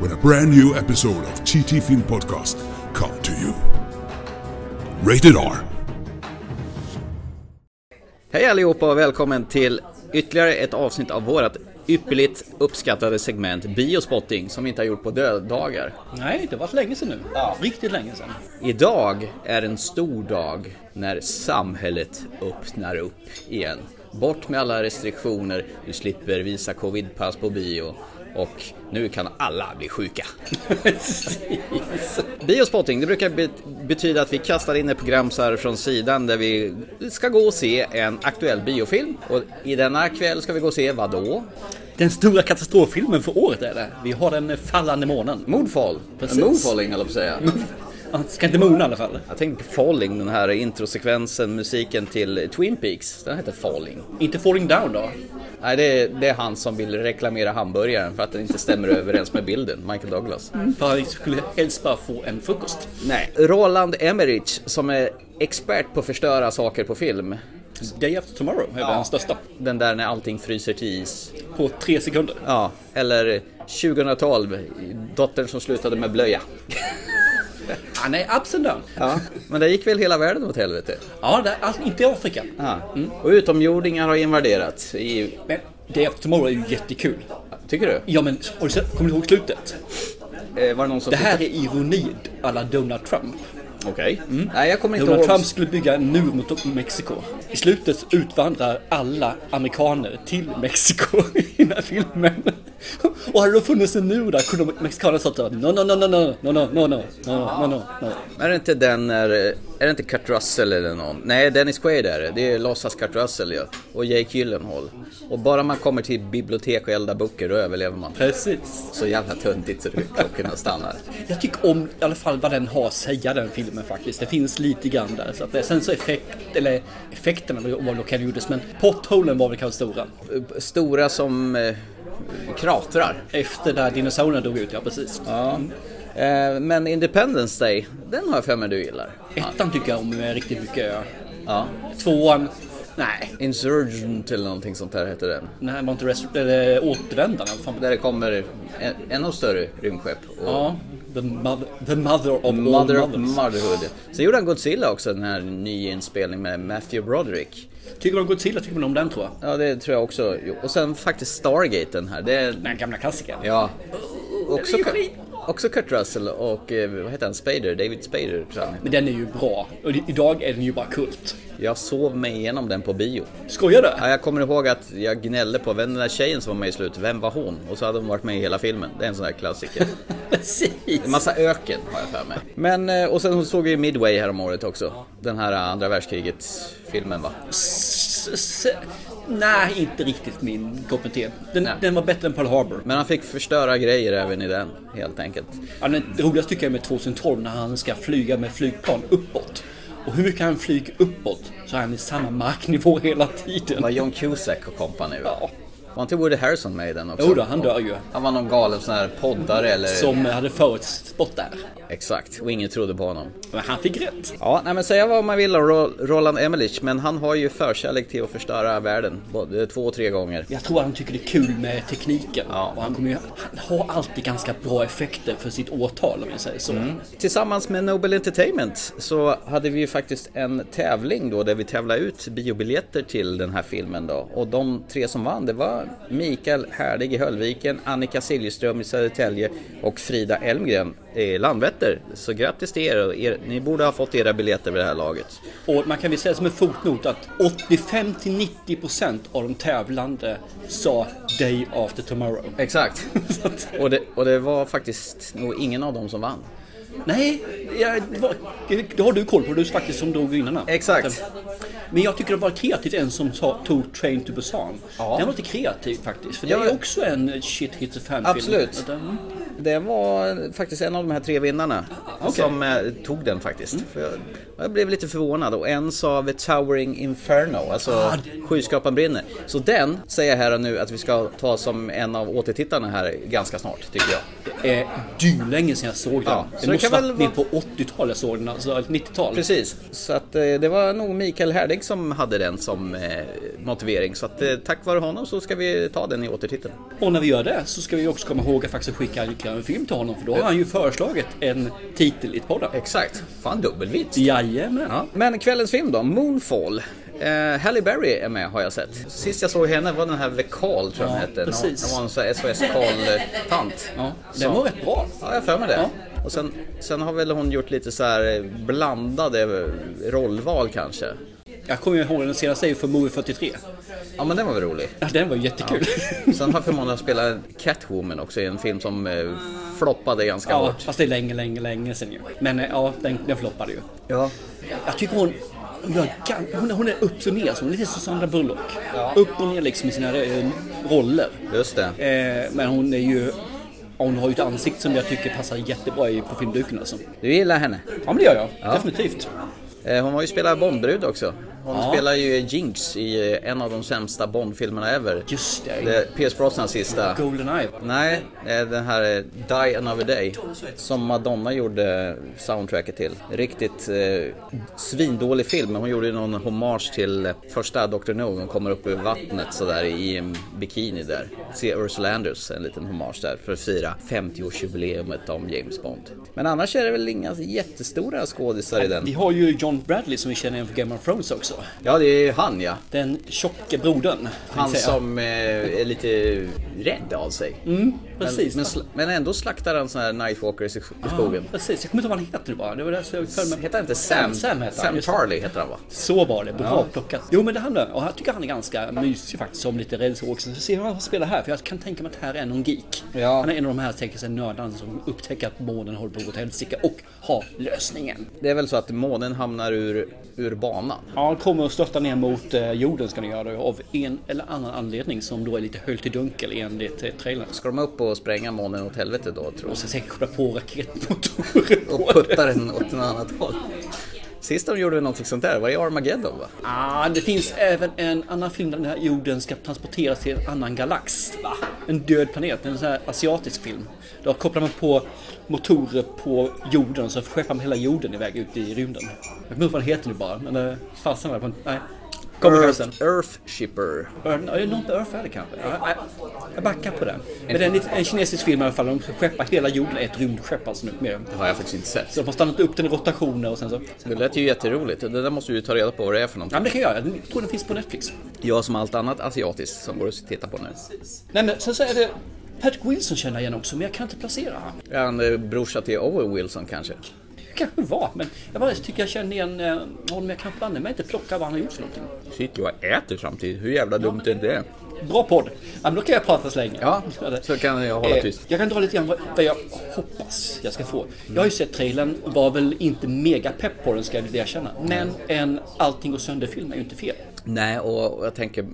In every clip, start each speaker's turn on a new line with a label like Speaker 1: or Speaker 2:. Speaker 1: when a brand new episode of TT Film Podcast come to you. Rated R.
Speaker 2: Hej allihopa och välkommen till ytterligare ett avsnitt av vårt ypperligt uppskattade segment Biospotting som vi inte har gjort på döddagar.
Speaker 3: Nej, det var för länge sedan nu. Riktigt länge sedan.
Speaker 2: Idag är en stor dag när samhället öppnar upp igen. Bort med alla restriktioner, du slipper visa covidpass på bio och nu kan alla bli sjuka. Biospotting, det brukar bet- betyda att vi kastar in ett program så här från sidan där vi ska gå och se en aktuell biofilm. Och i denna kväll ska vi gå och se vad då?
Speaker 3: Den stora katastroffilmen för året är det. Vi har den fallande månen.
Speaker 2: Moonfall.
Speaker 3: Precis.
Speaker 2: Moonfalling höll jag på att säga.
Speaker 3: Ja, Ska inte mona i alla fall.
Speaker 2: Jag tänkte på Falling, den här introsekvensen, musiken till Twin Peaks. Den heter Falling.
Speaker 3: Inte falling down då.
Speaker 2: Nej, det är, det är han som vill reklamera hamburgaren för att den inte stämmer överens med bilden, Michael Douglas.
Speaker 3: För vi skulle helst bara få en frukost.
Speaker 2: Nej, Roland Emmerich som är expert på att förstöra saker på film.
Speaker 3: Day after tomorrow är väl hans största.
Speaker 2: Den där när allting fryser till is.
Speaker 3: På tre sekunder.
Speaker 2: Ja, eller 2012, dottern som slutade med blöja.
Speaker 3: Han är ups and down.
Speaker 2: Ja, men det gick väl hela världen åt helvete?
Speaker 3: Ja, det är allt, inte i Afrika.
Speaker 2: Ja. Och utomjordingar har invaderat EU.
Speaker 3: Men Day after tomorrow är ju jättekul.
Speaker 2: Tycker du?
Speaker 3: Ja, men har du sett, kommer du ihåg slutet?
Speaker 2: Eh, var det någon som
Speaker 3: Det här är ironi alla Donald Trump.
Speaker 2: Okej. Nej, jag kommer inte
Speaker 3: Mm. Donald
Speaker 2: ihåg.
Speaker 3: Trump skulle bygga en mur mot Mexiko. I slutet utvandrar alla amerikaner till Mexiko i den här filmen. Och hade det då funnits en mur där kunde mexikanerna sagt no, no, no, no, no, no, no, no, no, no, no, no, no.
Speaker 2: Är det inte den, är, är det inte Kurt Russell eller någon? Nej, Dennis Quaid är det. Det är låtsas Kurt Russell ja. Och Jake Gyllenhaal. Och bara man kommer till bibliotek och eldar böcker, då överlever man.
Speaker 3: Precis.
Speaker 2: Så jävla töntigt så det- klockorna stannar.
Speaker 3: Jag tycker om i alla fall vad den har att säga den filmen faktiskt. Det finns lite grann där. Så att, det- sen så effekt, eller effekterna var nog kanske gjordes men potholen var väl kanske stora.
Speaker 2: Stora som eh, kratrar.
Speaker 3: Efter där dinosaurierna dog ut, ja precis. Mm.
Speaker 2: Ja. Eh, men Independence Day, den har jag för mig du gillar.
Speaker 3: Ettan tycker jag om eh, riktigt mycket. ja.
Speaker 2: Ja.
Speaker 3: Tvåan, nej.
Speaker 2: Insurgent eller någonting sånt där heter den.
Speaker 3: Nej, var inte rest- eller återvändarna. Fan.
Speaker 2: Där det kommer en, ännu större rymdskepp. Och
Speaker 3: Ja, the mother, the mother of all
Speaker 2: Mother of
Speaker 3: mothers.
Speaker 2: Motherhood. Så gjorde han Godzilla också, den här nyinspelningen med Matthew Broderick.
Speaker 3: tycker man om Godzilla tycker man om den tror jag.
Speaker 2: Ja, det tror jag också. Jo, Och sen faktiskt Stargate den här. Det är,
Speaker 3: Den gamla klassikern.
Speaker 2: ja, också,
Speaker 3: Den är ju
Speaker 2: Kurt-
Speaker 3: skit-
Speaker 2: också Kurt Russell och eh, vad heter han? Spader? David Spader tror jag han heter.
Speaker 3: Men den är ju bra. Och i- idag är den ju bara kult.
Speaker 2: Jag sov mig igenom den på bio.
Speaker 3: Skojar du?
Speaker 2: Ja, jag kommer ihåg att jag gnällde på vem den där tjejen som var med i slutet, vem var hon? Och så hade hon varit med i hela filmen. Det är en sån här klassiker.
Speaker 3: Precis.
Speaker 2: En massa öken har jag för mig. Men, eh, och sen såg vi Midway häromåret också. Den här eh, andra världskriget-filmen va?
Speaker 3: S- s- Nej, inte riktigt min kopp med te. Den,
Speaker 2: Nej.
Speaker 3: den var bättre än Pearl Harbor.
Speaker 2: Men han fick förstöra grejer även i den, helt enkelt.
Speaker 3: Ja, men det roligaste tycker jag är med 2012 när han ska flyga med flygplan uppåt. Och hur mycket han flyger uppåt så är han i samma marknivå hela
Speaker 2: Det var
Speaker 3: tiden.
Speaker 2: John Cusack och kompani va?
Speaker 3: Ja.
Speaker 2: Var inte Woody Harrison med i den också?
Speaker 3: Jo då, han dör ju. Mm.
Speaker 2: Han var någon galen sån här poddare eller...
Speaker 3: Som hade förutspått där.
Speaker 2: Exakt, och ingen trodde på honom.
Speaker 3: Men han fick rätt.
Speaker 2: Ja, nej men säga vad man vill om Ro- Roland Emmerich, men han har ju förkärlek till att förstöra världen. Både två och tre gånger.
Speaker 3: Jag tror han tycker det är kul med tekniken.
Speaker 2: Ja.
Speaker 3: Och han, kommer ju, han har alltid ganska bra effekter för sitt årtal om jag säger så.
Speaker 2: Tillsammans med Nobel Entertainment så hade vi ju faktiskt en tävling då där vi tävlade ut biobiljetter till den här filmen då. Och de tre som vann det var Mikael Härdig i Höllviken, Annika Siljeström i Södertälje och Frida Elmgren i Landvetter. Så grattis till er, och er ni borde ha fått era biljetter vid det här laget.
Speaker 3: Och man kan väl säga som en fotnot att 85-90% av de tävlande sa Day After Tomorrow.
Speaker 2: Exakt.
Speaker 3: Så att-
Speaker 2: Och det, och det var faktiskt nog ingen av dem som vann.
Speaker 3: Nej, ja, det, var, det har du koll på. Du är faktiskt som drog vinnarna.
Speaker 2: Exakt.
Speaker 3: Men jag tycker det var kreativt en som sa, tog Train to Busan.
Speaker 2: Ja.
Speaker 3: Den var lite kreativ faktiskt. För
Speaker 2: Ja.
Speaker 3: det är också en shit hits a fan
Speaker 2: Absolut.
Speaker 3: mm.
Speaker 2: Det var faktiskt en av de här tre vinnarna
Speaker 3: okej.
Speaker 2: som eh, tog den faktiskt. För jag, jag blev lite förvånad och en sa The Towering Inferno, alltså Skyskrapan brinner. Så den säger jag här och nu att vi ska ta som en av återtittarna här ganska snart, tycker jag.
Speaker 3: Eh, Det är dynlänge sedan jag såg den.
Speaker 2: Ja, så
Speaker 3: det
Speaker 2: det
Speaker 3: måste
Speaker 2: kan väl
Speaker 3: varit ner på 80-talet jag såg den, alltså eller 90-talet.
Speaker 2: Precis, så att eh, det var nog Mikael Herdig som hade den som eh, motivering. Så att eh, tack vare honom så ska vi ta den i återtiteln.
Speaker 3: Och när vi gör det så ska vi också komma ihåg att faktiskt skicka ytterligare en film till honom för då har han ju föreslagit en titel i podden.
Speaker 2: Exakt, fan dubbelvinst.
Speaker 3: Jajamän.
Speaker 2: Ja. Men kvällens film då, Moonfall. Eh, Halle Berry är med har jag sett. Sist jag såg henne var den här Vekal tror jag
Speaker 3: Ja,
Speaker 2: den hette.
Speaker 3: precis.
Speaker 2: Hon, hon var en SOS-Kal-tant.
Speaker 3: Ja, den var rätt bra.
Speaker 2: Ja, jag har för mig det. Och sen, sen har väl hon gjort lite så här eh, blandade eh, rollval kanske.
Speaker 3: Jag kommer ju ihåg den senaste är ju för Movie 43.
Speaker 2: Ja men den var väl rolig.
Speaker 3: Ja, den var ju jättekul.
Speaker 2: Sen har jag förmånen att spela Catwoman också i en film som eh, floppade ganska
Speaker 3: Ja,
Speaker 2: hårt.
Speaker 3: fast det är länge, länge, länge sedan ju. Men eh, ja, den, den floppade ju.
Speaker 2: Ja.
Speaker 3: Jag tycker hon, hon, gör gan- hon, är- hon är upp och ner, så hon är lite som Sandra Bullock. Upp och ner liksom i sina eh, roller.
Speaker 2: Just det.
Speaker 3: Eh, men hon är ju, ja, hon har ju ett ansikte som jag tycker passar jättebra i, på filmduken alltså.
Speaker 2: Du gillar henne.
Speaker 3: Ja men det gör jag, definitivt.
Speaker 2: Eh, Hon har ju spelat Bondbrud också. Hon spelar ju Jinx i eh, en av de sämsta Bond-filmerna ever.
Speaker 3: Just det,
Speaker 2: Det är Pierce Brosnans sista.
Speaker 3: Goldeneye.
Speaker 2: Nej, eh, den här eh, Die Another Day som Madonna gjorde soundtracket till. Riktigt eh, svindålig film, men hon gjorde ju någon hommage till eh, första Dr. No. Hon kommer upp ur vattnet sådär i en bikini där. Se Ursula Anders, en liten hommage där för att fira 50-årsjubileumet om James Bond. Men annars är det väl inga jättestora skådisar i
Speaker 3: Vi
Speaker 2: den.
Speaker 3: har ju John Bradley som vi känner igen från Game of Thrones också.
Speaker 2: Ja, det är han ja.
Speaker 3: Den tjocke brodern. tänkte
Speaker 2: Han
Speaker 3: jag.
Speaker 2: som eh, är lite rädd av sig.
Speaker 3: Precis.
Speaker 2: Men, sl- men ändå slaktar han sådana här Nightwalkers i sk- i skogen.
Speaker 3: Precis, jag kommer inte ihåg vad han heter nu bara. Det var det som jag föll med.
Speaker 2: Heter han inte Sam?
Speaker 3: Sam heter han,
Speaker 2: Sam
Speaker 3: just det.
Speaker 2: Charlie heter han va?
Speaker 3: Så var det, bra plockat. Jo men det handlar Och jag tycker han är ganska mysig faktiskt som lite rälsåksen. Så ser vi vad han spelar här, för jag kan tänka mig att här är någon geek.
Speaker 2: Ja.
Speaker 3: Han är en av de här tänker sig nördarna som upptäcker att månen håller på att gå åt helsike och har lösningen.
Speaker 2: Det är väl så att månen hamnar ur, ur banan.
Speaker 3: Ja, han kommer att störta ner mot eh, jorden ska ni göra det, av en eller annan anledning som då är lite höljt i dunkel enligt eh, trailern.
Speaker 2: Ska de upp och spränga månen åt helvete då tror
Speaker 3: Och
Speaker 2: jag.
Speaker 3: sen säkert koppla på raketmotorer på
Speaker 2: Och putta den åt något annat håll. Sist de gjorde någonting sånt där var i Armageddon va?
Speaker 3: Ah, det finns även en annan film där den här jorden ska transporteras till en annan galax. Va? En död planet, en sån här asiatisk film. Då kopplar man på motorer på jorden så skeppar man hela jorden iväg ut i rymden. Jag kommer inte ihåg vad den heter nu bara, men eh, fasen var det på... Nej. Kommer ihåg
Speaker 2: Earth,
Speaker 3: sen.
Speaker 2: Earthshipper.
Speaker 3: Earth- ja, det är Något med Earth är det kanske. Ja, nej, Jag backar på den. Men det är en, liten- en kinesisk film i alla fall. De ska skeppa hela jorden i ett rymdskepp alltså nu. Mer.
Speaker 2: Det har jag faktiskt inte sett.
Speaker 3: Så de har stannat upp den i rotationer och sen så...
Speaker 2: Det lät ju jätteroligt. Det där måste vi ju ta reda på vad det är för
Speaker 3: Ja,
Speaker 2: någonting.
Speaker 3: men det kan jag göra. Jag tror den finns på Netflix.
Speaker 2: Jag som allt annat asiatiskt som går att titta på nu.
Speaker 3: Nej men sen så är det Patrick Wilson känner jag igen också men jag kan inte placera han.
Speaker 2: Är han eh, brorsa till Owen Wilson kanske?
Speaker 3: Det kanske var men jag bara tycker jag känner igen eh, honom men jag kan blanda mig inte plocka vad han har gjort för någonting.
Speaker 2: Shit, jag äter samtidigt. Hur jävla dumt är det?
Speaker 3: Bra podd! Ja, men då kan jag prata så länge.
Speaker 2: Ja, så kan jag hålla
Speaker 3: Eh,
Speaker 2: tyst.
Speaker 3: Jag kan dra lite grann vad vad jag hoppas jag ska få. Jag har ju sett trailern och var väl inte mega pepp på den ska jag vilja erkänna. Men en Allting går sönder-film är ju inte fel.
Speaker 2: Nej, och jag tänker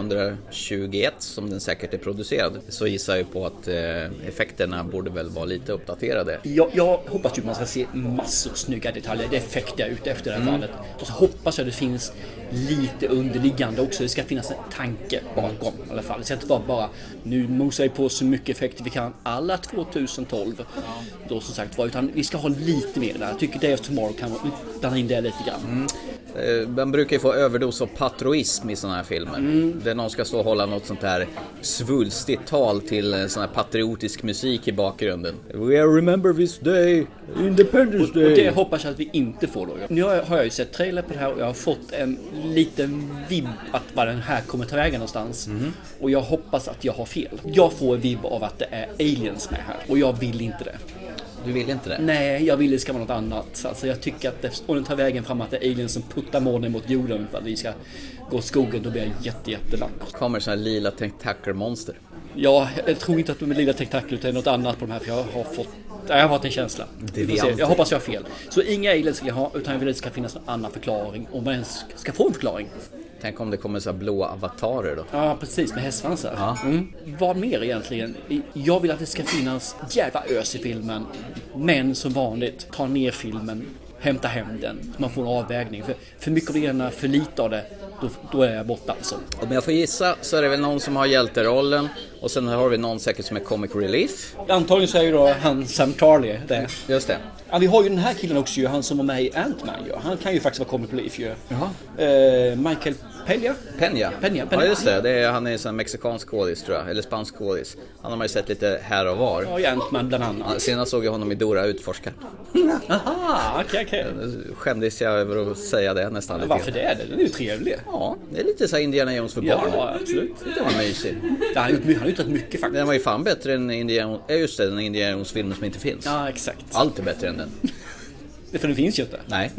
Speaker 2: 2021 som den säkert är producerad så gissar jag på att eh, effekterna borde väl vara lite uppdaterade.
Speaker 3: Jag, jag hoppas ju att man ska se massor snygga detaljer. Det är effekter jag är ute efter i det här fallet. Och så hoppas jag det finns lite underliggande också. Det ska finnas en tanke bakom i alla fall. Det ska inte vara bara nu mosar vi på så mycket effekter vi kan alla 2012. Då som sagt var, utan vi ska ha lite mer där. Jag tycker Day of Tomorrow kan man blanda in det lite grann.
Speaker 2: Eh, man brukar ju få överdos av patroism i sådana här filmer.
Speaker 3: Mm.
Speaker 2: Där någon ska stå och hålla något sånt här svulstigt tal till eh, sån här patriotisk musik i bakgrunden. We remember this day, Independence
Speaker 3: Och det
Speaker 2: day.
Speaker 3: hoppas jag att vi inte får då. Nu har jag, har jag ju sett trailer på det här och jag har fått en liten vibb att vad den här kommer ta vägen någonstans. Och jag hoppas att jag har fel. Jag får en vibb av att det är aliens med här och jag vill inte det.
Speaker 2: Du vill inte det?
Speaker 3: Nej, jag vill det ska vara något annat. Alltså jag tycker att det, om den tar vägen fram att det är aliens som puttar månen mot jorden för att vi ska gå åt skogen, då blir jag jätte, jättelack.
Speaker 2: Kommer såna här lila tentakelmonster.
Speaker 3: Ja, jag tror inte att de är lilla tektakel utan något annat på de här för jag har fått Det har varit en känsla.
Speaker 2: Det
Speaker 3: Vi får
Speaker 2: är
Speaker 3: se.
Speaker 2: alltid.
Speaker 3: Jag hoppas jag har fel. Så inga aliens vill jag ha, utan jag vill att det ska finnas någon annan förklaring. Om man ens ska få en förklaring.
Speaker 2: Tänk om det kommer så här blåa avatarer då.
Speaker 3: Ja, precis. Med hästsvansar. Mm. Vad mer egentligen? Jag vill att det ska finnas jävla ös i filmen. Men som vanligt, ta ner filmen, hämta hem den. Man får en avvägning. För, för mycket av det ena, för lite av det, då, då är jag borta alltså.
Speaker 2: Om jag får gissa så är det väl någon som har hjälterollen och sen har vi någon säkert som är comic relief.
Speaker 3: Antagligen så är ju då han Sam Charlie det.
Speaker 2: Just det.
Speaker 3: Ja, vi har ju den här killen också ju, han som var med i Ant-Man ju. Han kan ju faktiskt vara comic relief ju.
Speaker 2: Jaha.
Speaker 3: Eh, Michael Peña.
Speaker 2: Peña.
Speaker 3: Peña, Peña.
Speaker 2: Ja just det, det är, han är en sån här mexikansk skådis tror jag, eller spansk skådis. Han har man ju sett lite här och var.
Speaker 3: Ja, i Ant-Man bland annat.
Speaker 2: Ja, Senast såg jag honom i Dora utforskar.
Speaker 3: Aha, okej okej.
Speaker 2: Skämdes jag över att säga det nästan lite
Speaker 3: Varför
Speaker 2: grann.
Speaker 3: det? Den är ju trevlig.
Speaker 2: Ja, det är lite så här Indiana Jones för barn.
Speaker 3: Ja, absolut.
Speaker 2: Det var mysigt.
Speaker 3: Ja, han har gjort- han har gjort rätt mycket faktiskt.
Speaker 2: Den var ju fan bättre än Indiana, ja, just det, den Indiana Jones-filmen som inte finns.
Speaker 3: Ja, exakt.
Speaker 2: Allt är bättre än den.
Speaker 3: För den finns ju inte.
Speaker 2: Nej.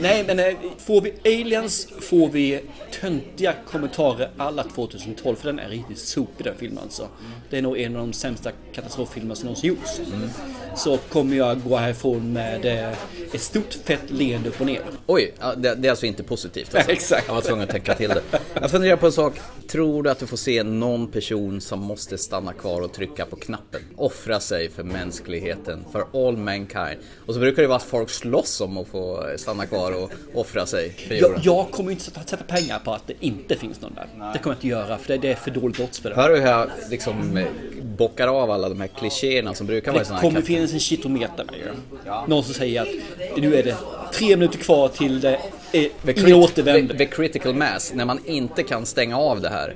Speaker 3: Nej, men eh, får vi aliens får vi töntiga kommentarer alla 2012. För den är riktigt sopig den filmen alltså. Det är nog en av de sämsta katastroffilmer som någonsin gjorts. Så kommer jag gå härifrån med eh, ett stort fett leende upp och ner.
Speaker 2: Oj, ja, det, det är alltså inte positivt. Alltså.
Speaker 3: Nej, exakt.
Speaker 2: Jag var tvungen att tänka till det. Jag funderar på en sak. Tror du att du får se någon person som måste stanna kvar och trycka på knappen? Offra sig för mänskligheten, för all mankind. Och så brukar det vara att folk slåss om att få stanna kvar och offra sig för jorden.
Speaker 3: Jag, jag kommer ju inte att sätta pengar på att det inte finns någon där. Det kommer jag inte göra för det, det är för dåligt odds för det.
Speaker 2: Hör du hur jag liksom eh, bockar av alla de här klichéerna som brukar vara i
Speaker 3: Det
Speaker 2: sådana här
Speaker 3: kommer
Speaker 2: kast-
Speaker 3: finnas en kitometer med det. Någon som säger att nu är det tre minuter kvar till det eh,
Speaker 2: The,
Speaker 3: ingen återvänder.
Speaker 2: the, the critical mass, när man inte kan stänga av det här.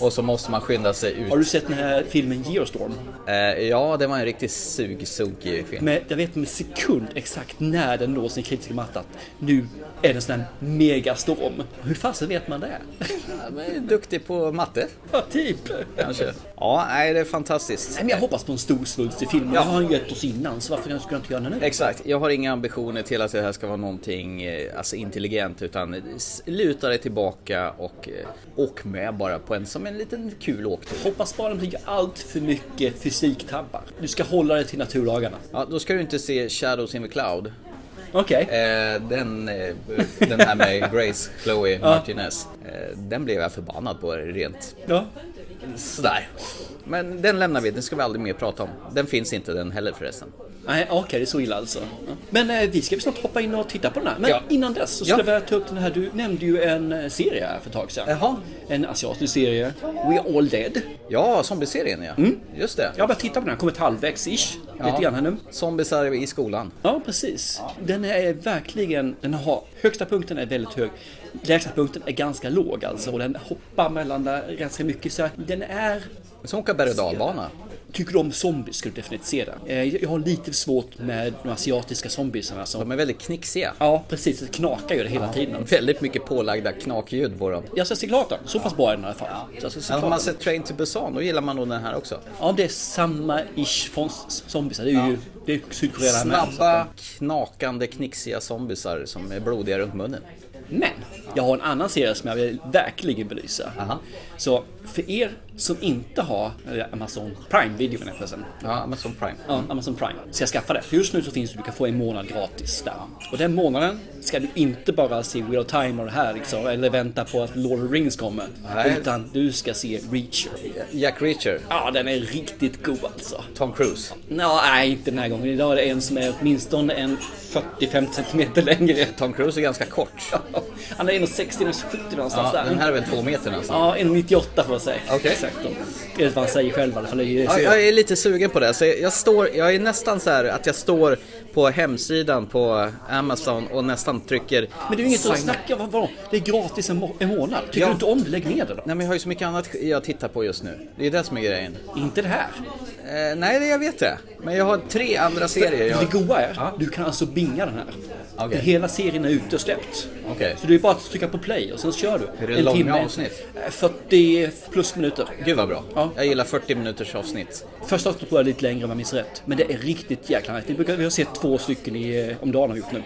Speaker 2: Och så måste man skynda sig ut.
Speaker 3: Har du sett den här filmen Geostorm?
Speaker 2: Eh, ja, det var en riktigt sugsugig film.
Speaker 3: Med, jag vet med sekund exakt när den når sin kritiska matta att nu är det en sån här megastorm. Hur fasen vet man det?
Speaker 2: Ja, men Duktig på matte,
Speaker 3: ja, typ.
Speaker 2: kanske. Ja, nej, det är fantastiskt.
Speaker 3: Nej, men jag hoppas på en stor svulstig film. Det har han ju gett oss innan, så varför skulle jag inte göra den nu?
Speaker 2: Exakt, jag har inga ambitioner till att det här ska vara någonting eh, alltså intelligent utan s- luta dig tillbaka och eh, åk med bara på en som en liten kul åktur.
Speaker 3: Hoppas bara den inte gör allt för mycket fysiktabbar. Du ska hålla dig till naturlagarna.
Speaker 2: Ja, då ska du inte se Shadows in the Cloud.
Speaker 3: Okej.
Speaker 2: Eh, den, eh, den här med Grace Chloe Martinez. Eh, den blev jag förbannad på rent
Speaker 3: Ja.
Speaker 2: sådär. Men den lämnar vi, den ska vi aldrig mer prata om. Den finns inte den heller förresten.
Speaker 3: Nej, okej, det är så illa alltså. Ja. Men eh, vi ska väl snart hoppa in och titta på den här. Men
Speaker 2: Ja.
Speaker 3: innan dess så
Speaker 2: Ja.
Speaker 3: skulle jag vilja ta upp den här. Du nämnde ju en eh, serie här för ett tag sedan.
Speaker 2: Jaha.
Speaker 3: En asiatisk serie. We are all dead.
Speaker 2: Ja, zombieserien ja. Just det.
Speaker 3: Jag har börjat titta på den, här. kommit halvvägs ish.
Speaker 2: Ja.
Speaker 3: Lite grann här nu.
Speaker 2: Zombisar i skolan.
Speaker 3: Ja, precis. Den är verkligen, den har, högsta punkten är väldigt hög. Lägsta punkten är ganska låg alltså och den hoppar mellan där ganska mycket. Så den är
Speaker 2: Som åker berg och dalbana.
Speaker 3: Tycker du om zombies skulle du definitivt se den. Eh, Jag har lite svårt med de asiatiska zombiesarna som...
Speaker 2: De är väldigt knixiga.
Speaker 3: Ja, precis. Det knakar ju det hela tiden.
Speaker 2: Väldigt mycket pålagda knakljud på dem.
Speaker 3: Jag ska se klart den. Så pass bra är den i alla fall. Så jag ska se
Speaker 2: Men
Speaker 3: klart
Speaker 2: har man
Speaker 3: den.
Speaker 2: sett Train to Busan, då gillar man nog den här också.
Speaker 3: Ja, det är samma ish från s- zombiesar. Det är ju det är Sydkorea där med. så att-
Speaker 2: Snabba, knakande, knixiga zombisar som är blodiga runt munnen.
Speaker 3: Men jag har en annan serie som jag vill verkligen belysa.
Speaker 2: Aha.
Speaker 3: Så för er som inte har eh, Amazon Prime Video menar jag förresten.
Speaker 2: Ja, Amazon Prime.
Speaker 3: Ja, Amazon Prime. Så jag skaffade. För just nu så finns det, du kan få en månad gratis där. Och den månaden ska du inte bara se Wheel of Time och det här liksom, eller vänta på att Lord of the Rings kommer.
Speaker 2: Nej.
Speaker 3: Utan du ska se Reacher.
Speaker 2: Jack Reacher.
Speaker 3: Ja, den är riktigt god alltså.
Speaker 2: Tom Cruise.
Speaker 3: Nå, nej, inte den här gången. Idag är det en som är åtminstone en 40-50 centimeter längre.
Speaker 2: Tom Cruise är ganska kort.
Speaker 3: Han är 1,60, 1,70 någonstans
Speaker 2: Ja,
Speaker 3: där.
Speaker 2: den här är väl två meter nästan.
Speaker 3: Ja, 1,98 får jag säga.
Speaker 2: Okej.
Speaker 3: Exakt. då. Det är vad han säger själv i alla fall. Det är ju-
Speaker 2: Ja, jag är lite sugen på det. Så jag, står, jag är nästan så här att jag står på hemsidan på Amazon och nästan trycker
Speaker 3: Men det är ju inget att
Speaker 2: sign-
Speaker 3: snacka om. Vadå? Det är gratis en, må- en månad. Tycker
Speaker 2: Ja.
Speaker 3: du inte om det, lägg ner det då.
Speaker 2: Nej men jag har ju så mycket annat jag tittar på just nu. Det är det som är grejen.
Speaker 3: Inte det här.
Speaker 2: Eh, nej, det jag vet det. Men jag har tre andra serier.
Speaker 3: Det
Speaker 2: Jag...
Speaker 3: goa är,
Speaker 2: Ja.
Speaker 3: du kan alltså binga den här.
Speaker 2: Okej.
Speaker 3: Hela serien är ute och släppt.
Speaker 2: Okej.
Speaker 3: Så det är bara att trycka på play och sen kör du.
Speaker 2: Är det långa avsnitt?
Speaker 3: Eh, 40 plus minuter.
Speaker 2: Gud vad bra.
Speaker 3: Ja.
Speaker 2: Jag gillar 40 minuters avsnitt.
Speaker 3: Första avsnittet tror jag är lite längre om jag minns rätt. Men det är riktigt jäkla nice. Vi, brukar, vi har sett två stycken i, eh, om dagen har vi gjort nu.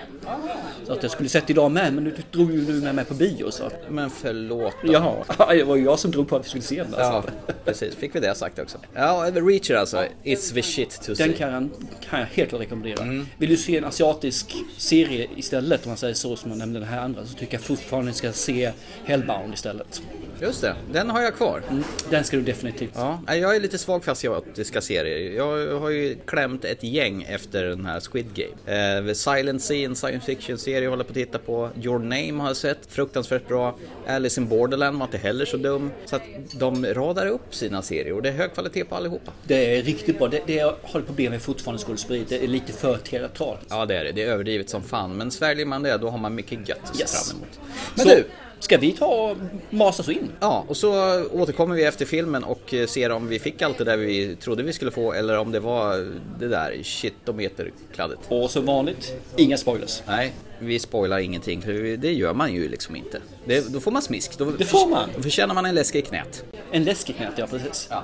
Speaker 3: Så att jag skulle sett idag med, men du drog ju nu med mig på bio så.
Speaker 2: Men förlåt då.
Speaker 3: Jaha, det var ju jag som drog på att vi skulle se den.
Speaker 2: Ja,
Speaker 3: Alltså.
Speaker 2: precis. Fick vi det sagt också. Ja, Reacher alltså. It's the shit to
Speaker 3: Den
Speaker 2: see.
Speaker 3: kan, jag- kan jag helt klart rekommendera.
Speaker 2: Mm.
Speaker 3: Vill du se en asiatisk serie istället, om man säger så som jag nämnde den här andra, så tycker jag fortfarande ska se Hellbound istället.
Speaker 2: Just det, den har jag kvar.
Speaker 3: Den ska du definitivt
Speaker 2: Ja, nej, jag är lite svag för asiatiska serier. Jag har ju klämt ett gäng efter den här Squid Game. Eh, The Silent Sea, en science fiction-serie jag håller på att titta på. Your Name har jag sett, fruktansvärt bra. Alice in Borderland var inte heller så dum. Så att de radar upp sina serier och det är hög kvalitet på allihopa.
Speaker 3: Det är riktigt bra. Det, det jag har problem med fortfarande skådespeleri. Det är lite för teatralt.
Speaker 2: Ja, det är det. Det är överdrivet som fan. Men sväljer man det, då har man mycket gött att se
Speaker 3: Yes.
Speaker 2: fram emot. Men
Speaker 3: så,
Speaker 2: du!
Speaker 3: Ska vi ta och masa oss in?
Speaker 2: Ja, och så återkommer vi efter filmen och eh, ser om vi fick allt det där vi trodde vi skulle få eller om det var det där shitometerkladdet.
Speaker 3: Och som vanligt, inga spoilers.
Speaker 2: Nej, vi spoilar ingenting för vi- det gör man ju liksom inte. Det, då får man smisk. Då,
Speaker 3: Det får man.
Speaker 2: Då förtjänar man en läsk i knät.
Speaker 3: En läskig knät, ja precis. Ja.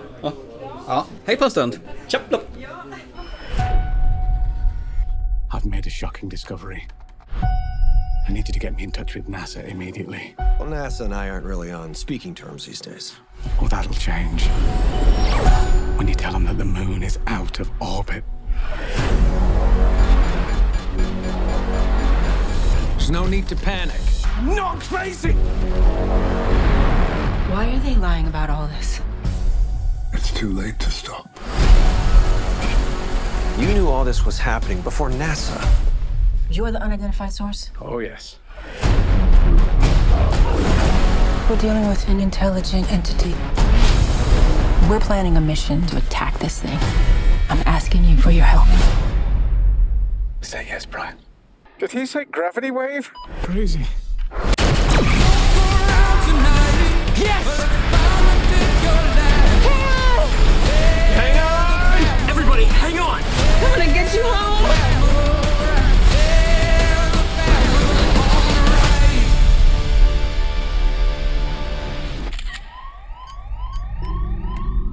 Speaker 2: Ja, hej på en stund!
Speaker 3: Tjapp, plopp.
Speaker 4: I've made a shocking discovery. I need you to get me in touch with NASA immediately,
Speaker 5: Well, NASA and I aren't really on speaking terms these days.
Speaker 4: or that'll change. When you tell them that the moon is out of orbit,
Speaker 6: There's no need to panic.
Speaker 4: not crazy!
Speaker 7: Why are they lying about all this?
Speaker 1: It's too late to stop.
Speaker 5: You knew all this was happening before NASA.
Speaker 7: You're the unidentified source.
Speaker 4: Oh, yes.
Speaker 7: We're dealing with an intelligent entity. We're planning a mission to attack this thing. I'm asking you for your help.
Speaker 4: Say yes, Brian.
Speaker 8: Did he say gravity wave?
Speaker 4: Crazy.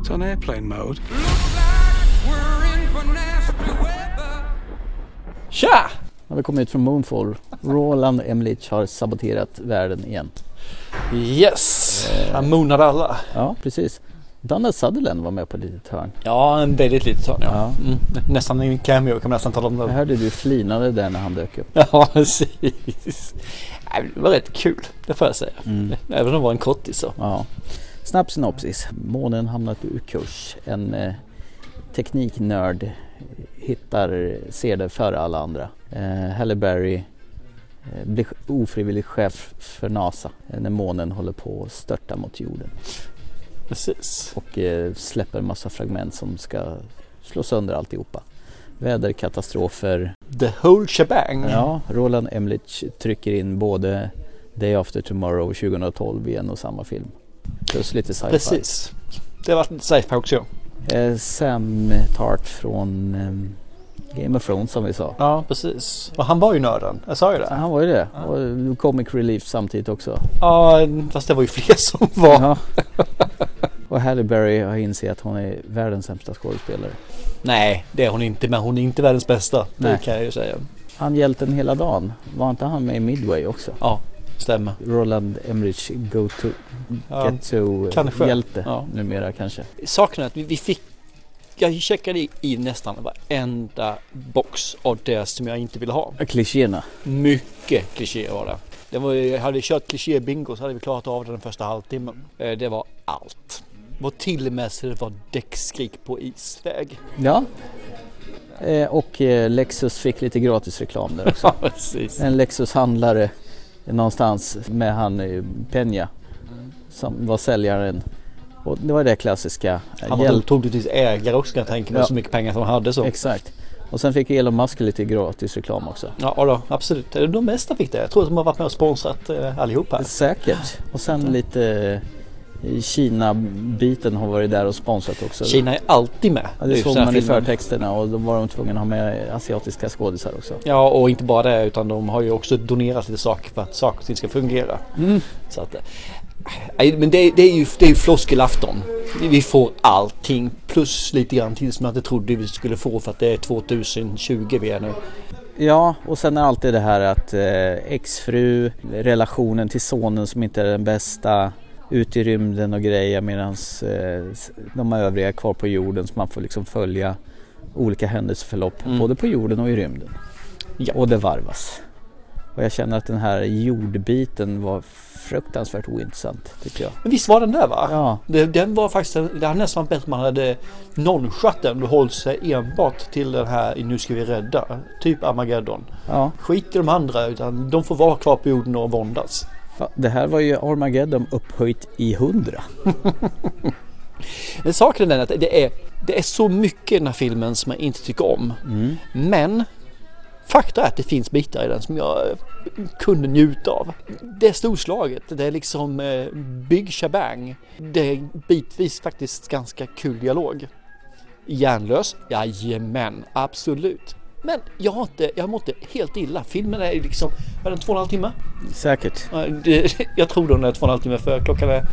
Speaker 4: It's on airplane mode.
Speaker 3: Tja!
Speaker 2: När vi kom ut från Moonfall, Roland Emlich har saboterat världen igen.
Speaker 9: Yes, han moonade alla.
Speaker 2: Ja, precis. Donna Sutherland var med på ett litet hörn.
Speaker 9: Ja, en väldigt litet hörn ja. Mm. Nästan en cameo kan man nästan tala om
Speaker 2: Jag
Speaker 9: det.
Speaker 2: hörde du flinade där när han dök upp.
Speaker 9: Ja, precis. Nej, Det var rätt kul, det får jag säga. Även om det var en kortis så.
Speaker 2: Mm. Ja. Snabb synopsis. Månen hamnat ur kurs. En eh, tekniknörd hittar, ser det före alla andra. Eh, Halle Berry eh, blir ofrivillig chef för NASA eh, när månen håller på att störta mot jorden
Speaker 9: Precis.
Speaker 2: och eh, släpper en massa fragment som ska slå sönder alltihopa. Väderkatastrofer.
Speaker 9: The whole shebang.
Speaker 2: Ja, Roland Emlich trycker in både Day After Tomorrow och 2012 i en och samma film. Plus lite sci-fi.
Speaker 9: Precis. Det har varit lite sci-fi också.
Speaker 2: Eh, Sam Tart från ehm, Game of Thrones som vi sa.
Speaker 9: Ja, precis. Och han var ju nörden, jag sa ju det.
Speaker 2: Han var ju det. Och Comic Relief samtidigt också.
Speaker 9: Ja, fast det var ju fler som var.
Speaker 2: Ja. Och Halle Berry har insett att hon är världens sämsta skådespelare.
Speaker 9: Nej, det är hon inte, men hon är inte världens bästa.
Speaker 2: Nej.
Speaker 9: Det kan jag ju säga.
Speaker 2: Han hjälten hela dagen. Var inte han med i Midway också?
Speaker 9: Ja, stämmer.
Speaker 2: Roland Emmerich go to
Speaker 9: Ja.
Speaker 2: get to eh,
Speaker 9: kanske.
Speaker 2: hjälte
Speaker 9: Ja.
Speaker 2: numera kanske.
Speaker 9: Saken är att vi, vi fick jag checkade i, i nästan varenda box av det som jag inte ville ha.
Speaker 2: Klichéerna.
Speaker 9: Mycket klichéer var det. det var, ju- hade vi kört klichébingo så hade vi klarat av det den första halvtimmen. Eh, Det var allt. Var till och med så det var däckskrik på isväg.
Speaker 2: Ja. Eh, och eh, Lexus fick lite gratis reklam där också.
Speaker 9: Precis.
Speaker 2: en Lexus-handlare någonstans med han eh, Peña som var säljaren. Och det var det klassiska. eh,
Speaker 9: Han var
Speaker 2: hjälp-
Speaker 9: nog troligtvis ägare också kan jag tänka mig,
Speaker 2: Ja.
Speaker 9: så mycket pengar som han hade så.
Speaker 2: Exakt. Och sen fick Elon Musk lite gratis reklam också.
Speaker 9: Ja, ja då, absolut. Det är De mesta fick det. Jag tror att de har varit med och sponsrat eh, allihop här.
Speaker 2: Säkert. Och sen lite eh, Kina-biten har varit där och sponsrat också.
Speaker 9: Kina är alltid med.
Speaker 2: Ja, det
Speaker 9: är ju
Speaker 2: såg
Speaker 9: såna
Speaker 2: man i
Speaker 9: filmer.
Speaker 2: förtexterna och då var de tvungna att ha med asiatiska skådisar också.
Speaker 9: Ja, och inte bara det utan de har ju också donerat lite saker för att saker och ting ska fungera.
Speaker 10: Mm.
Speaker 9: Så att, eh,
Speaker 3: eh,
Speaker 9: nej, men det, det är ju, det är ju floskelafton. Vi- Vi får allting plus lite grann till som jag inte trodde vi skulle få för att det är 2020 vi är nu.
Speaker 10: Ja, och sen är alltid det här att eh, exfru, relationen till sonen som inte är den bästa, ut i rymden och grejer medan eh, s- de övriga är kvar på jorden så man får liksom följa olika händelseförlopp
Speaker 3: Mm.
Speaker 10: både på jorden och i rymden.
Speaker 3: Ja.
Speaker 10: Och det varvas. Och jag känner att den här jordbiten var fruktansvärt ointressant tycker jag.
Speaker 3: Men visst var den där va?
Speaker 10: Ja,
Speaker 3: Det- Den var faktiskt, det hade nästan varit bättre om man hade nonchatt den och hållit sig enbart till den här Nu ska vi rädda, typ Armageddon.
Speaker 10: ja.
Speaker 3: Skit i de andra utan de får vara kvar på jorden och våndas.
Speaker 10: Ja, Det här var ju Armageddon upphöjt i hundra.
Speaker 3: Men saken är den att det är, det är så mycket i den här filmen som jag inte tycker om. Men fakta är att det finns bitar i den som jag eh, kunde njuta av. Det är storslaget, det är liksom eh, big shabang. Det är bitvis faktiskt ganska kul dialog. Järnlös? Jajamän, absolut. Men jag har inte, jag har mått helt illa. Filmen är ju liksom, vad är den, två och en halv timme?
Speaker 10: Säkert.
Speaker 3: Ja, det- Jag tror den är två och en halv timme för klockan är,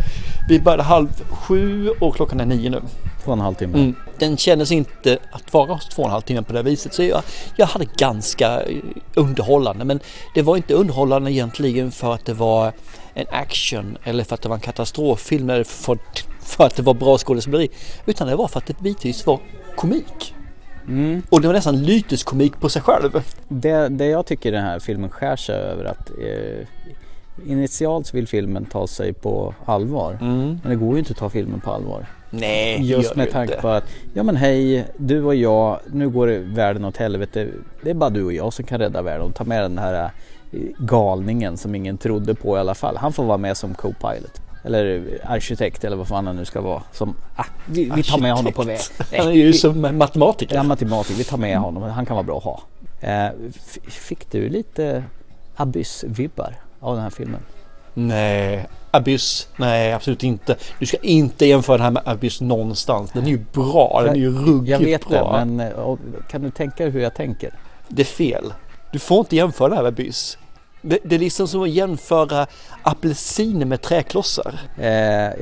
Speaker 3: vi började halv sju och klockan är nio nu.
Speaker 10: Två och en halv timme.
Speaker 3: Mm. Den kändes inte att vara två och en halv timme på det här viset. Så jag, jag hade ganska eh, underhållande. Men det var inte underhållande egentligen för att det var en action eller för att det var en katastroffilm eller för, för att det var bra skådespeleri. Utan det var för att det bitvis var komik.
Speaker 10: Mm.
Speaker 3: Och det var nästan lyteskomik på sig själv.
Speaker 10: Det, det jag tycker den här filmen skär sig över att eh, initialt så vill filmen ta sig på allvar.
Speaker 3: Mm.
Speaker 10: Men det går ju inte att ta filmen på allvar.
Speaker 3: Nej,
Speaker 10: Just med tanke på att, ja men hej, du och jag, nu går det världen åt helvete. Det är bara du och jag som kan rädda världen och ta med den här eh, galningen som ingen trodde på i alla fall. Han får vara med som co-pilot. Eller eh, arkitekt eller vad fan han nu ska vara. Som, ah, vi, vi tar med honom på väg.
Speaker 3: Han är ju som en matematiker.
Speaker 10: Ja, matematiker. Vi tar med honom. Han kan vara bra att ha. Eh, f- fick du lite Abyss-vibbar av den här filmen?
Speaker 3: Nej, Abyss. Nej, absolut inte. Du ska inte jämföra den här med Abyss någonstans. Den är ju bra. Den är ju ruggigt
Speaker 10: Jag vet
Speaker 3: bra.
Speaker 10: det, men eh, och, kan du tänka dig hur jag tänker?
Speaker 3: Det är fel. Du får inte jämföra det här med Abyss. Det, det är liksom som att jämföra apelsiner med träklossar.
Speaker 10: Eh,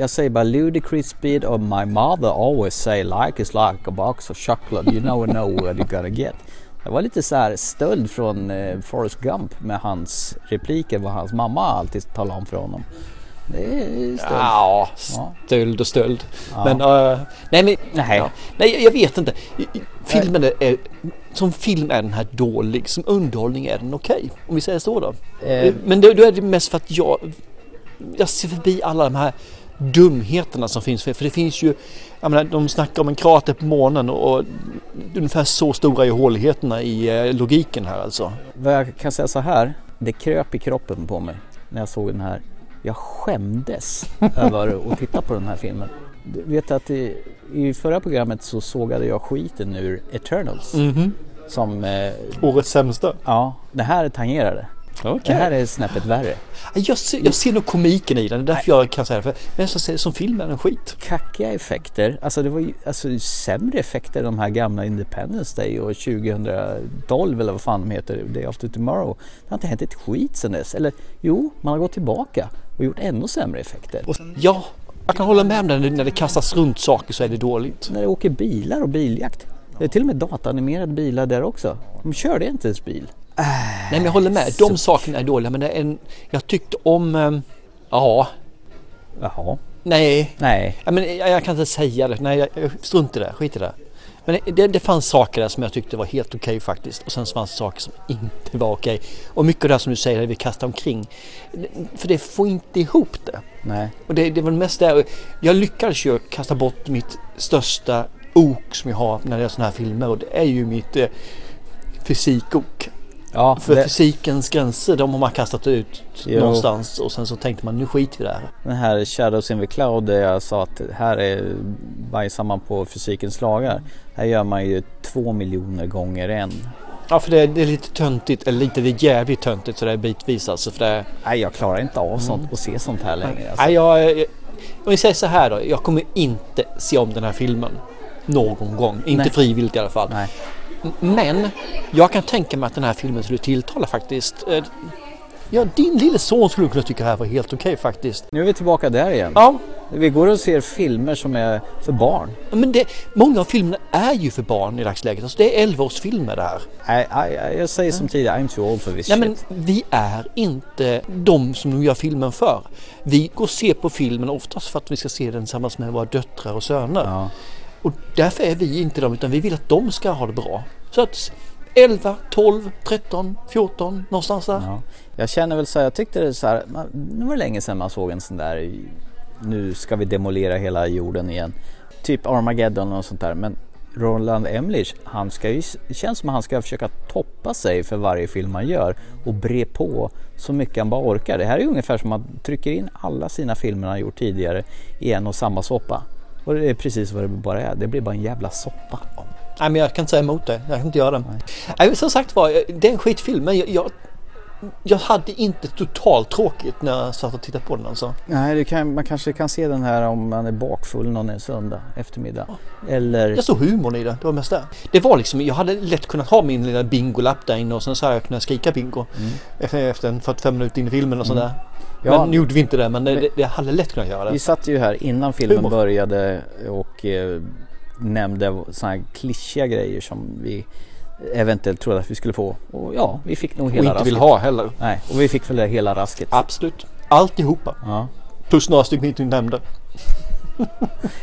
Speaker 10: jag säger bara ludicrous speed of my mother always say like is like a box of chocolate. You know know what you gotta get. Det var lite så här stöld från eh, Forrest Gump med hans repliker vad hans mamma alltid talade om för honom. Det är stöld.
Speaker 3: Ja,
Speaker 10: Ja.
Speaker 3: stöld och stöld. Men, eh, nej, men
Speaker 10: Nej.
Speaker 3: ja. nej, jag- jag vet inte. I- i- Filmen är, är, som film är den här dålig, som underhållning är den okej. om vi säger så då.
Speaker 10: Eh,
Speaker 3: Men då, då är det mest för att jag, jag ser förbi alla de här dumheterna som finns. För för det finns ju, jag menar, de snackar om en krater på månen och, och ungefär så stora är håligheterna i eh, logiken här alltså.
Speaker 10: Vad jag kan säga så här, det kröp i kroppen på mig när jag såg den här. Jag skämdes över att titta på den här filmen. Du vet att i, i förra programmet så sågade jag skiten ur Eternals. Som, eh,
Speaker 3: Årets sämsta.
Speaker 10: ja, det här tangerar det. Det här är snäppet värre.
Speaker 3: Jag ser, jag ser nog komiken i den, det är därför jag kan säga det. För, men så ser som film är den skit.
Speaker 10: Kackiga effekter, alltså det var ju alltså, sämre effekter än de här gamla Independence Day och 2012 eller vad fan de heter, Day After Tomorrow. Det har inte hänt ett skit sedan dess. Eller jo, man har gått tillbaka och gjort ännu sämre effekter.
Speaker 3: Ja, jag kan hålla med om det. När det kastas runt saker så är det dåligt.
Speaker 10: när det åker bilar och biljakt. Det är till och med datanimerade bilar där också. De körde inte ens bil.
Speaker 3: Nej men jag håller med, de sakerna är dåliga. Men det är en, jag tyckte om, eh, ja,
Speaker 10: Jaha.
Speaker 3: nej.
Speaker 10: Nej.
Speaker 3: Ja, men jag, jag kan inte säga det. Nej, jag, jag strunt i det. Skit i det. Men det, det fanns saker där som jag tyckte var helt okej faktiskt. Och sen så fanns det saker som inte var okej. Och mycket av det här som du säger, det vi kastar omkring. För det får inte ihop det.
Speaker 10: Nej.
Speaker 3: Och det, det var mest där. Jag lyckades ju kasta bort mitt största ok som jag har när det är sådana här filmer. Och det är ju mitt eh, fysikok.
Speaker 10: Ja,
Speaker 3: För
Speaker 10: det,
Speaker 3: fysikens gränser, de har man kastat ut
Speaker 10: Jo.
Speaker 3: någonstans. Och sen så tänkte man, nu skiter vi i det här.
Speaker 10: den här Shadows in the Cloud där jag sa att här är bajsar man på fysikens lagar. Här gör man ju två miljoner gånger en.
Speaker 3: Ja, för det är, det är lite töntigt, eller lite, det är jävligt töntigt sådär bitvis alltså. För det är,
Speaker 10: Nej, jag klarar inte av sånt och se sånt här längre.
Speaker 3: Mm.
Speaker 10: Alltså.
Speaker 3: nej, jag, jag, om vi säger så här då, jag kommer inte se om den här filmen någon gång. Inte
Speaker 10: Nej.
Speaker 3: frivilligt i alla fall.
Speaker 10: Nej.
Speaker 3: M- Men jag kan tänka mig att den här filmen skulle tilltala faktiskt. eh, Ja, din lille son skulle kunna tycka det här var helt okej faktiskt.
Speaker 10: Nu är vi tillbaka där igen.
Speaker 3: Ja,
Speaker 10: Vi går och ser filmer som är för barn.
Speaker 3: Men det, många av filmerna är ju för barn i dagsläget. Alltså det är 11-årsfilmer det här.
Speaker 10: I, I, jag säger som tidigare, I'm too old for this
Speaker 3: Mm. Nej,
Speaker 10: shit.
Speaker 3: Men vi är inte de som de gör filmen för. Vi går och ser på filmen oftast för att vi ska se den tillsammans med våra döttrar och söner. Ja. Och därför är vi inte de, utan vi vill att de ska ha det bra. Så att 11, 12, 13, 14, någonstans där. Ja.
Speaker 10: Jag känner väl så här, jag tyckte det så här, man, nu var det länge sedan man såg en sån där, nu ska vi demolera hela jorden igen. Typ Armageddon och sånt där. Men Roland Emmerich, han ska ju, det känns som att han ska försöka toppa sig för varje film han gör och bre på så mycket han bara orkar. Det här är ungefär som att man trycker in alla sina filmer han gjort tidigare i en och samma soppa. Och det är precis vad det bara är, det blir bara en jävla soppa.
Speaker 3: Nej, men jag kan inte säga emot det. Jag kan inte göra det. Nej. Nej, som sagt var, det är en skitfilm. Men jag, jag, jag hade inte totalt tråkigt när jag satt och tittade på den alltså.
Speaker 10: Nej, kan, man kanske kan se den här om man är bakfull någon en söndag eftermiddag. Eller...
Speaker 3: Jag såg humorn i det, det var mest det. Det var liksom, jag hade lätt kunnat ha min lilla bingolapp där inne och sen så hade jag kunnat skrika bingo mm. efter, efter en 45 minuter in i filmen och sådär. Mm. Ja, men nu gjorde vi inte det, men det, det, det hade lätt kunnat göra det.
Speaker 10: Vi satt ju här innan filmen humor. började och eh, nämnde sådana här klyschiga grejer som vi eventuellt trodde att vi skulle få. Och ja, vi fick nog hela
Speaker 3: Och
Speaker 10: rasket.
Speaker 3: inte vill ha heller.
Speaker 10: Nej, och vi fick väl hela rasket.
Speaker 3: Absolut. Alltihopa. Ja. Plus några stycken inte nämnde.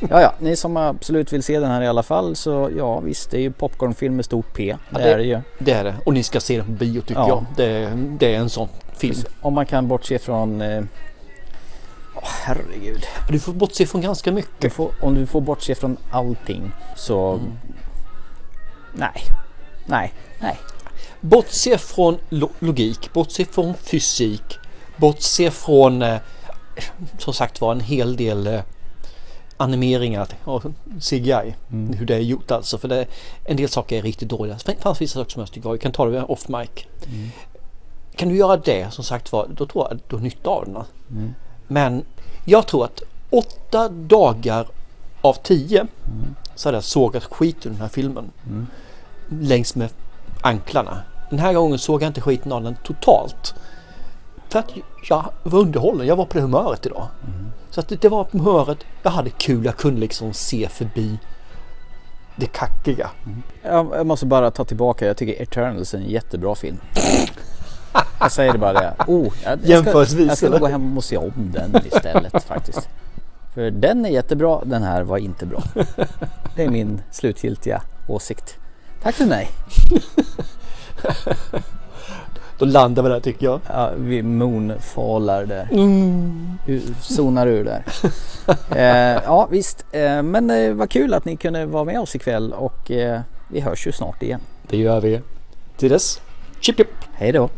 Speaker 10: ja, ja, ni som absolut vill se den här i alla fall så ja visst, det är ju popcornfilm med stort P.
Speaker 3: Ja, det, är det ju. Det är det. Och ni ska se den på bio tycker ja. jag. Det, det är en sån film.
Speaker 10: Om man kan bortse från eh, Oh, herregud.
Speaker 3: Du får bortse från ganska mycket.
Speaker 10: Du får, om du får bortse från allting så... Mm. Nej. Nej. Nej.
Speaker 3: Bortse från lo logik, bortse från fysik, bortse från eh, som sagt var en hel del eh, animeringar och CGI. Mm. Hur det är gjort alltså. För det, en del saker är riktigt dåliga. Det fanns vissa saker som jag tycker jag kan ta det off mic. Mm. Kan du göra det som sagt var, då tror jag du har nytta av den. Mm. Men jag tror att åtta dagar av tio mm. så hade jag sågat skiten ur den här filmen. Mm. Längs med anklarna. Den här gången såg jag inte skiten av den totalt. För att jag var underhållen, jag var på det humöret idag. Mm. Så att det, det var på humöret, jag hade kul, jag kunde liksom se förbi det kackiga.
Speaker 10: Jag måste bara ta tillbaka, jag tycker Eternals är en jättebra film. Jag säger det bara det. Oh, jag,
Speaker 3: Jämförelsevis.
Speaker 10: Jag ska, jag ska gå hem och se om den istället faktiskt. För den är jättebra, den här var inte bra. Det är min slutgiltiga åsikt. Tack för mig.
Speaker 3: Då landar vi där tycker jag.
Speaker 10: Ja, vi moonfalar där. Mm. Zonar ur där. eh, ja visst, eh, men eh, vad kul att ni kunde vara med oss ikväll och eh, vi hörs ju snart igen.
Speaker 3: Det gör vi. Till dess, chip, chip.
Speaker 10: Hej då.